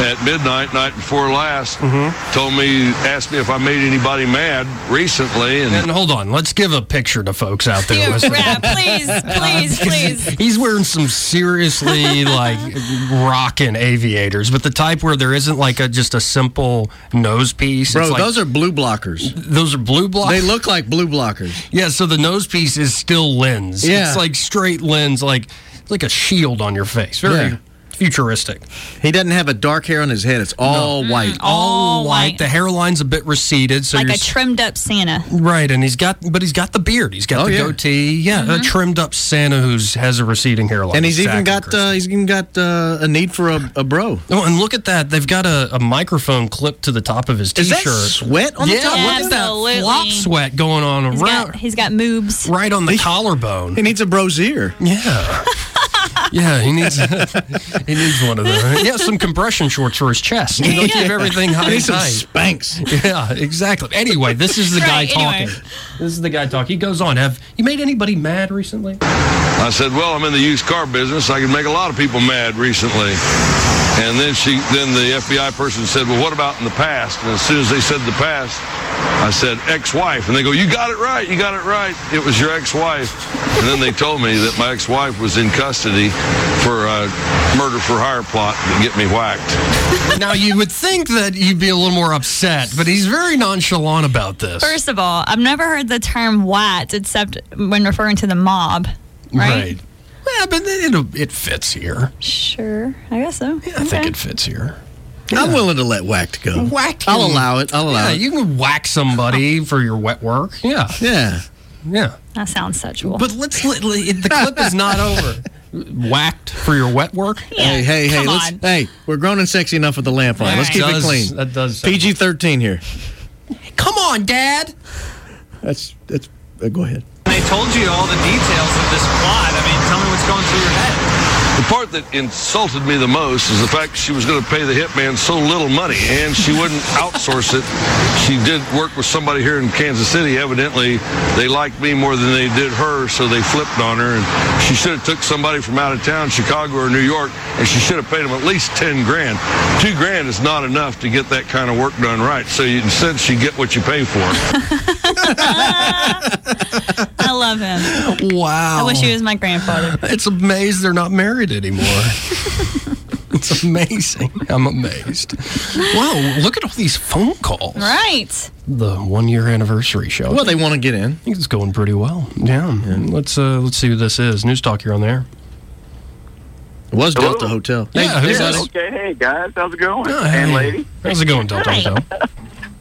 at midnight, night before last. Mm-hmm. Told me, asked me if I made anybody mad recently. And, and hold on, let's give a picture to folks out there. Dude, yeah, please, please, please. He's wearing some seriously like rocking aviators, but the type where there isn't like a just a simple nose piece. Bro, like, those are blue blockers. Those are blue blockers. They look like blue blockers. Yeah, so the nose piece is still lens. Yeah. It's like straight lens, like it's like a shield on your face. Very Yeah. futuristic. He doesn't have a dark hair on his head. It's all white. Mm, All, white. Oh, The hairline's a bit receded, so Oh, like you're a trimmed up Santa. Right, and he's got, but he's got the beard. He's got Oh, the yeah. goatee. Yeah, Mm-hmm. a trimmed up Santa who's has a receding hairline. and he's even Exactly, got Chris. uh, he's even got uh, a need for a, a bro. Oh, and look at that! They've got a, a microphone clipped to the top of his Is that t-shirt. sweat on the yeah, top? look at Absolutely. that flop sweat going on He's around, got, he's got moobs. right on the collarbone. He needs a bro's ear. Yeah. Yeah, he needs he needs one of those. Yeah, some compression shorts for his chest. You know, keep everything high He and needs some tight. spanks. Yeah, exactly. Anyway, this is the Right, guy talking. anyway. This is the guy talking. He goes on. Have you made anybody mad recently? I said, "Well, I'm in the used car business. I can make a lot of people mad recently." And then she, then the FBI person said, "Well, what about in the past?" And as soon as they said the past, I said, "Ex-wife," and they go, "You got it right. You got it right. It was your ex-wife." and then they told me that my ex-wife was in custody for a murder for hire plot to get me whacked. now you would think that you'd be a little more upset, but he's very nonchalant about this. First of all, I've never heard the term white except when referring to the mob. Right? Yeah, but it, it fits here. Sure. I guess so. I think it fits here. I'm willing to let whacked go. Whack I'll him. allow it. I'll allow Yeah, it. you can whack somebody for your wet work. Uh, Yeah, yeah. yeah. That sounds sexual. But let's let, let- the clip is not over. Whacked for your wet work. Yeah, hey, hey, hey, come let's, on. hey, we're grown and sexy enough with the lamp on. All Let's right. keep Does- it clean. that does sound- PG thirteen here. Come on, Dad. That's that's. Uh, go ahead. They told you all the details of this plot. I mean, tell me what's going through your head. The part that insulted me the most is the fact she was going to pay the hitman so little money, and she wouldn't outsource it. She did work with somebody here in Kansas City. Evidently, they liked me more than they did her, so they flipped on her. And she should have took somebody from out of town, Chicago or New York, and she should have paid them at least ten grand. Two grand is not enough to get that kind of work done right. So you, in a sense, you get what you pay for. I love him. Wow. I wish he was my grandfather. It's amazed they're not married anymore. it's amazing. I'm amazed. Wow, look at all these phone calls. Right. The one year anniversary show. Well, they want to get in. I think it's going pretty well. Yeah. Let's uh, let's see who this is. News talk here on there. It was Hello? Delta Hotel. Yeah, who's buddy. this? Okay, hey guys, how's it going? Oh, And hey. lady. How's it going, Delta Hi. Hotel?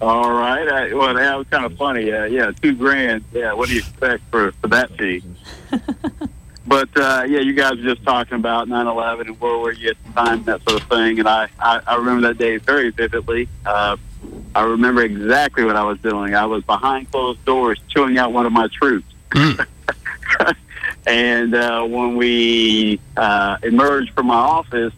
All right. I, well, that was kind of funny. Uh, yeah, two grand. Yeah, what do you expect for, for that fee? but uh, yeah, you guys were just talking about 9/11 and where were you at the time, that sort of thing. And I, I, I remember that day very vividly. Uh, I remember exactly what I was doing. I was behind closed doors chewing out one of my troops. and uh, when we uh, emerged from my office,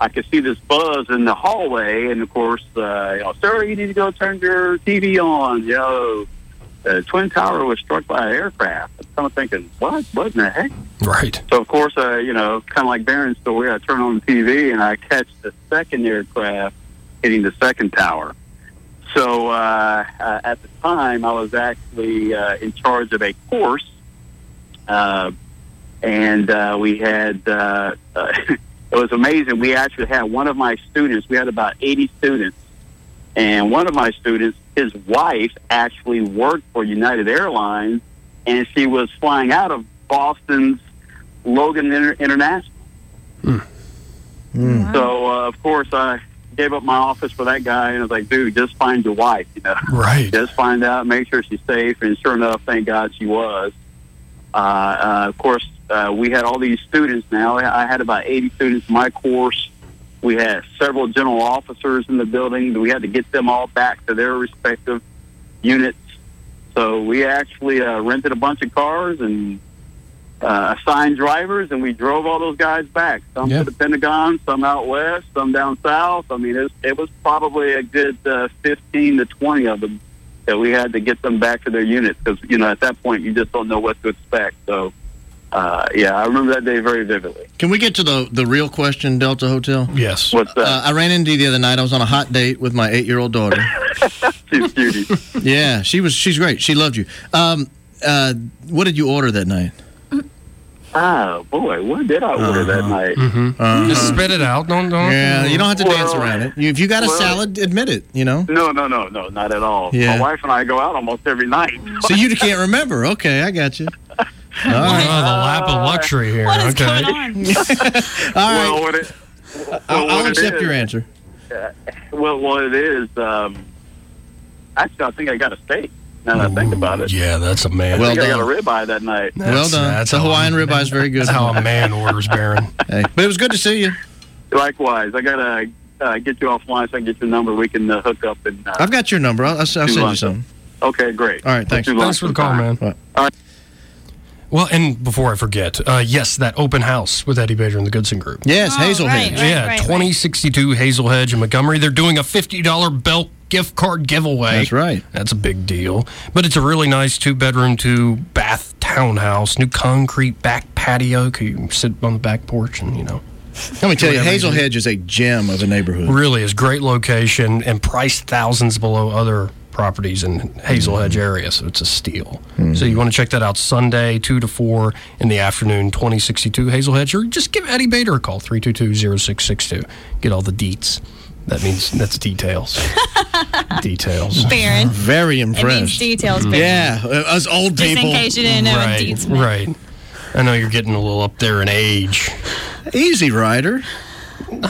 I could see this buzz in the hallway, and of course, uh, you know, sir, you need to go turn your TV on. You know, the twin tower was struck by an aircraft. I'm thinking, what? What in the heck? Right. So of course, uh, you know, kind of like Barron's story, I turn on the TV and I catch the second aircraft hitting the second tower. So uh, uh, at the time, I was actually uh, in charge of a course, uh, and uh, we had uh, uh, it was amazing. We actually had one of my students. We had about eighty students, and one of my students, his wife, actually worked for United Airlines, and she was flying out of Boston's Logan Inter- International. So, uh, of course, I gave up my office for that guy, and I was like, dude, just find your wife, you know. Right. Just find out, make sure she's safe, and sure enough, thank God she was. Uh, uh, of course, uh, we had all these students now. I had about 80 students in my course. We had several general officers in the building. We had to get them all back to their respective units. So we actually uh, rented a bunch of cars and uh, assigned drivers, and we drove all those guys back. Some Yeah. to the Pentagon, some out west, some down south. I mean, it, it was probably a good uh, 15 to 20 of them that we had to get them back to their units because, you know, at that point, you just don't know what to expect. So uh, yeah, I remember that day very vividly. Can we get to the the real question, Delta Hotel? Yes. What's that? Uh, I ran into you the other night. I was on a hot date with my eight year old daughter. she's cutie. yeah, she was. She's great. She loved you. Um, uh, what did you order that night? Oh boy, what did I order Uh-huh. that night? Mm-hmm. Just spit it out. Don't don't. Yeah, you don't have to Well, dance around it. You- If you got a well- salad, admit it. You know. No, no, no, no, not at all. Yeah. My wife and I go out almost every night. So you can't remember. Okay, I got you. All right. Oh, the lap of luxury here. What is okay. going on? All Well, right. what it, I'll, well, I'll what it accept is- your answer. Well, what it is? Um, actually, I think I got a steak. Now that I think about it, Yeah, that's a man. I Well think I got a done. ribeye that night. Well done. That's the how Hawaiian I'm- ribeye is very good. That's how a man orders, Baron. Hey, but it was good to see you. Likewise, I gotta uh, get you offline so I can get your number. We can uh, hook up and. Uh, I've got your number. I'll, I'll, I'll send you lunch. something. okay, great. All right, thanks. Let's do Thanks for the lunch call, man. sometime. All right. Well, and before I forget, uh, yes, that open house with Eddie Bader and the Goodson Group. Yes, Oh, Hazel right. Hedge. yeah, 2062 Hazel Hedge in Montgomery. They're doing a $50 belt gift card giveaway. That's right. That's a big deal. But it's a really nice two bedroom, two bath townhouse, new concrete back patio. Could you sit on the back porch and, you know, Let me tell you, Whatever Hazel you do. Hedge is a gem of a neighborhood. really is great location and priced thousands below other properties in Hazel Hedge area. So it's a steal. So you want to check that out Sunday, 2 to 4 in the afternoon, 2062 Hazel Hedge, or just give Eddie Bader a call, 322 0662. Get all the deets. That means that's details. details. Baron. Very It means impressed. details, Baron. yeah, uh, us old Just people. in case you didn't know what right. deeds meant. Right. I know you're getting a little up there in age. Easy rider.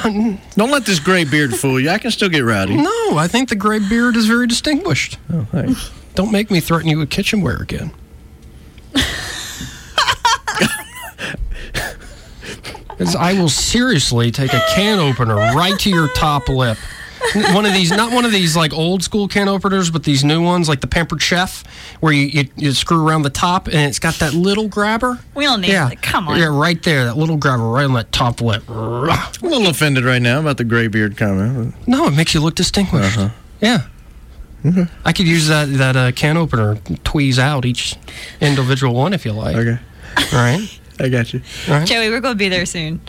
Don't let this gray beard fool you. I can still get rowdy. No, I think the gray beard is very distinguished. Oh, thanks. Don't make me threaten you with kitchenware again. Because I will seriously take a can opener right to your top lip. One of these, not one of these like old school can openers, but these new ones like the Pampered Chef, where you, you, you screw around the top and it's got that little grabber. We don't need Yeah, it. Come on. Yeah, right there, that little grabber right on that top lip. I'm a little offended right now about the gray beard comment. No, it makes you look distinguished. Uh-huh. Yeah. I could use that that uh, can opener, tweeze out each individual one if you like. Okay, All right. I got you. Joey, we're going to be there soon.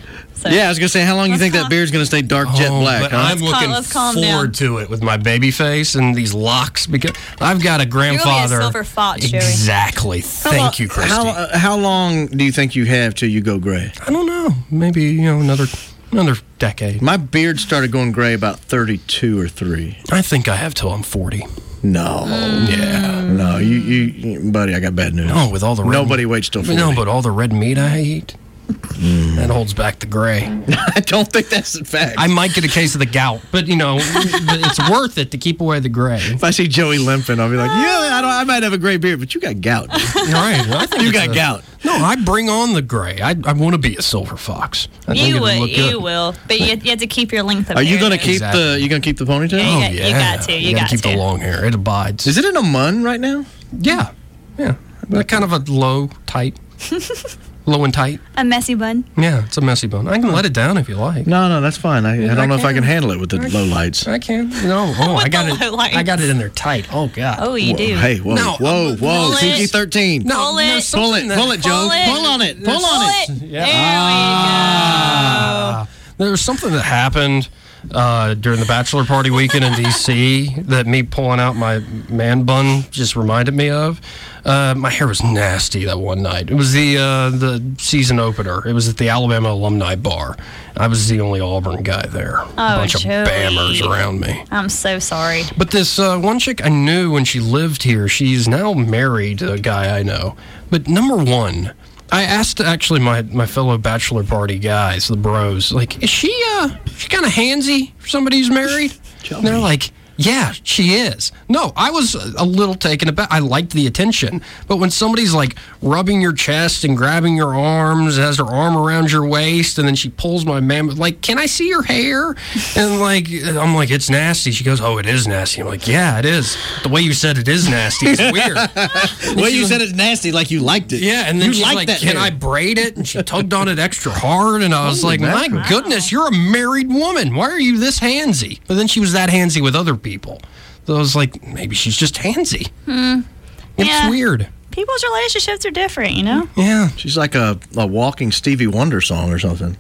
So. Yeah, I was gonna say, how long do you think that beard's gonna stay dark jet Oh, black? but Huh? Let's I'm calm- looking let's calm forward to it with my baby face and these locks because I've got a be a grandfather. silver Oh, fox, Joey. exactly. Thank you, Christy. How uh, how long do you think you have till you go gray? I don't know. Maybe you know another another decade. My beard started going gray about 32 or three. I think I have till I'm 40. No, yeah, no, you, you, buddy, I got bad news. Mm. No, Oh, with all the red nobody waits Mm. till 40. No, but all the red meat I eat that holds back the gray. I don't think that's a fact. I might get a case of the gout, but you know, but it's worth it to keep away the gray. If I see Joey limping, I'll be like, yeah, I, don't, I might have a gray beard, but you got gout. All right, well, I think You it's got a- gout. No, I bring on the gray. I, I want to be a silver fox. I think You it'll will. look You good. will. But you, you have to keep your length of Are you hair gonna there. keep the? Exactly. You gonna keep the ponytail? Yeah, Oh you yeah, got to, you gotta got keep the to. long hair. It abides. Is it in a mun right now? yeah, yeah. That kind of a low, tight, low and tight. A messy bun. Yeah, it's a messy bone. I can let it down if you like. No, no, that's fine. I, I don't know if I can handle it with the low lights. I can. No, oh, I With got the it. low lights. I got it in there tight. Oh god. Oh, you do. Hey, whoa, No, whoa, whoa, pull it. PG thirteen. No, Pull no, it. something pull it, that- pull it, Joe. Pull it. Pull on it, pull Pull on it. it. Yeah. There There was something that happened uh, during the bachelor party weekend in D.C. that me pulling out my man bun just reminded me of. Uh, my hair was nasty that one night. It was the uh, the season opener. It was at the Alabama Alumni Bar. I was the only Auburn guy there. a Oh, bunch Joey. of bammers around me. we go. I'm so sorry. But this uh, one chick I knew when she lived here, she's now married to a guy I know. But number one, I asked actually my, my fellow bachelor party guys, the bros, like, is she uh she kind of handsy for somebody who's married? and they're like, yeah, she is. No, I was a little taken aback. I liked the attention, but when somebody's like rubbing your chest and grabbing your arms, has her arm around your waist, and then she pulls my man, like, can I see your hair? And like, I'm like, it's nasty. She goes, oh, it is nasty. I'm like, yeah, it is. The way you said it is nasty is weird. Well, you said it's nasty, like you liked it. Yeah, and then you she's liked like, that. "Can hair. I braid it?" And she tugged on it extra hard, and I was Holy like, "My mackerel. goodness, you're a married woman. Why are you this handsy?" But then she was that handsy with other people. So I was like, maybe she's just handsy. It's Yeah. weird. people's relationships are different, you know? Oh, Yeah. She's like a, a walking Stevie Wonder song or something.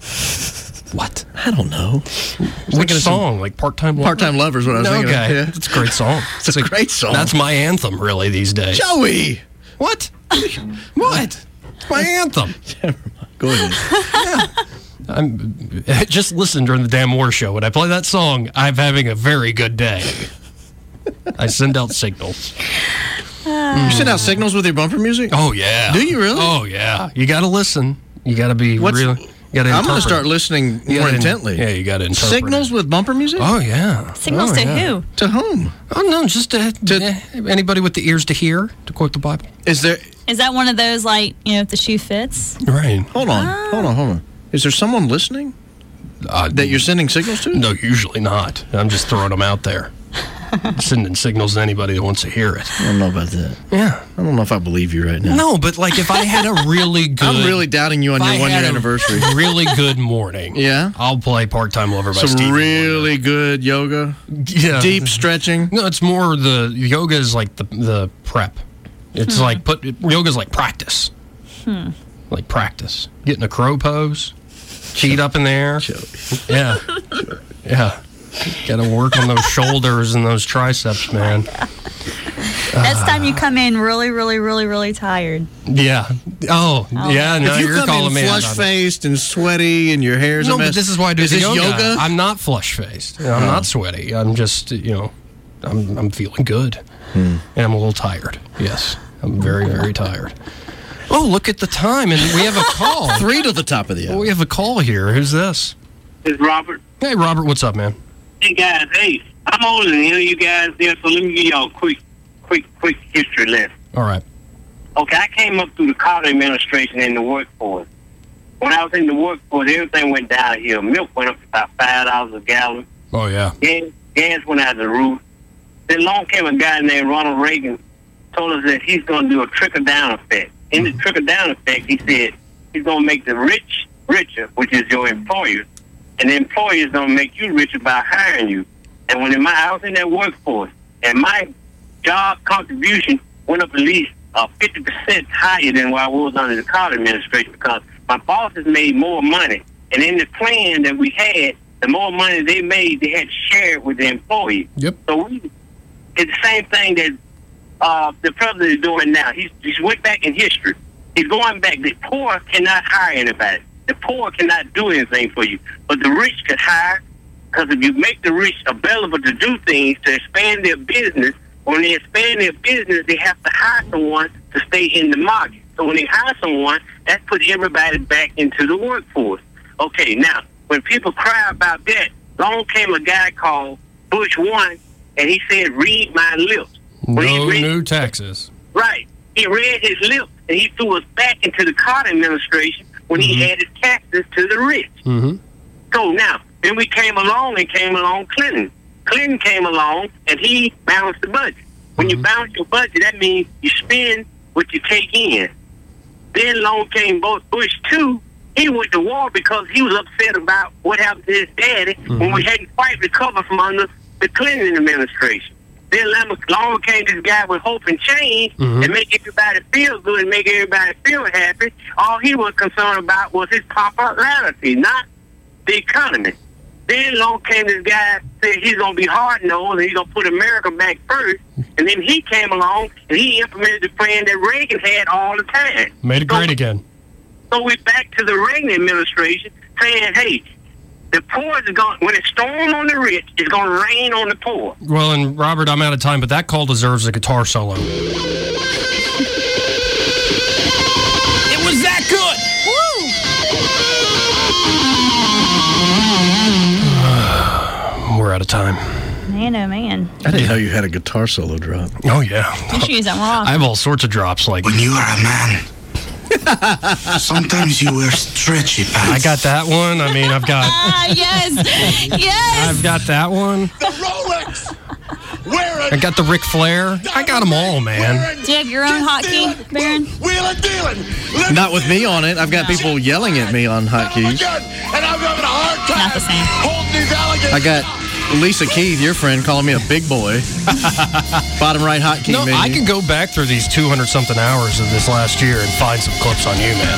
What? I don't know. Which song? Like part time Part time lover is what I was no, thinking. Okay. Of. Yeah. It's a great song. It's, a, great song. That's my anthem, really, these days. Joey. What? what? It's my anthem. Never mind. Go ahead. I'm, just listen during the damn war show. When I play that song, I'm having a very good day. I send out signals. You send out signals with your bumper music? Oh yeah. Do you really? Oh yeah. You got to listen. You got to be What's- real. You gotta I'm going interpret. to start listening You more gotta in- intently. yeah, you got to interpret. Signals with bumper music? Oh yeah. Signals Oh, to yeah. who? To whom? Oh no, just to, eh, anybody with the ears to hear, to quote the Bible. Is there. Is that one of those like, you know, if the shoe fits? Right. Hold on. Ah. Hold on. Hold on. Is there someone listening Uh, that you're sending signals to? No, usually not. I'm just throwing them out there, sending signals to anybody that wants to hear it. I don't know about that. Yeah. I don't know if I believe you right now. No, but like if I had a really good, I'm really doubting you on if I your one year had a anniversary. really good morning. Yeah? I'll play part time lover by Some Stevie really good yoga, Wonder. yeah. deep stretching. No, it's more the yoga is like the the prep. Hmm. It's like put yoga's like practice. Like practice. Getting a crow pose, cheat up in the air. Yeah. Yeah. Got to work on those shoulders and those triceps, man. Next time you come in really, really, really, really tired. Yeah. Oh, yeah. No, if you are come calling in me out flush on it. faced and sweaty and your hair's No, a mess, but this is why I do is the this yoga? I'm not flush faced. I'm not sweaty. I'm just you know, I'm I'm feeling good, and I'm a little tired. Yes, I'm very very tired. Oh, look at the time, and we have a call. Three to the top of the hour. we have a call here. Who's this? It's Robert. Hey, Robert. What's up, man? Hey guys, hey, I'm older than any of you guys there, so let me give y'all a quick, quick, quick history lesson. All right. Okay, I came up through the Carter administration in the workforce. When I was in the workforce, everything went downhill. Milk went up to about five dollars a gallon. Oh yeah. Gas, gas went out of the roof. Then along came a guy named Ronald Reagan, told us that he's going to do a trickle down effect. In the trickle down effect, he said he's going to make the rich richer, which is your employer, and the employer is going to make you richer by hiring you. And when in my, I was in that workforce, and my job contribution went up at least uh, 50% higher than what I was under the Carter administration because my bosses made more money. And in the plan that we had, the more money they made, they had shared with the employees. Yep. So we, it's the same thing that uh, the president is doing now. He's, he's went back in history. He's going back. The poor cannot hire anybody. The poor cannot do anything for you, but the rich could hire. Because if you make the rich available to do things to expand their business, when they expand their business, they have to hire someone to stay in the market. So when they hire someone, that puts everybody back into the workforce. Okay, now when people cry about that, long came a guy called Bush one, and he said, "Read my lips." When he No read- new taxes. Right. He read his lips and he threw us back into the Carter administration when he added taxes to the rich. Mm-hmm. So now, then we came along and came along Clinton. Clinton came along and he balanced the budget. When Mm-hmm. you balance your budget, that means you spend what you take in. Then along came both Bush too. He went to war because he was upset about what happened to his daddy when we hadn't quite recovered from under the Clinton administration. Then along along came this guy with hope and change Mhm. and make everybody feel good and make everybody feel happy. All he was concerned about was his popularity, not the economy. Then along came this guy said he's gonna be hard nosed and he's gonna put America back first. And then he came along and he implemented the plan that Reagan had all the time. Made it great again. So we're back to the Reagan administration saying, hey, the poor is going when it's storm on the rich, it's going to rain on the poor. Well, and Robert, I'm out of time, but that call deserves a guitar solo. It was that good. We're out of time. Man, oh man. I didn't know you had a guitar solo drop. Oh yeah. You should use that more I often. have all sorts of drops. Like When you are a man, sometimes you wear stretchy I pants. got that one. I mean, I've got. Ah, yes. yes. I've got that one. The Rolex. Wear I got the Ric Flair. I got them all, man. Do you have your own hotkey, Baron? Wheeling, dealing. Living Not with me on it. I've got people yelling at me on out of my hotkeys. gun, And I'm having a hard time Not the same. holding these alligators. I got Lisa Keith, your friend, calling me a big boy. Bottom right hotkey no, menu. I could go back through these 200 something hours of this last year and find some clips on you, man.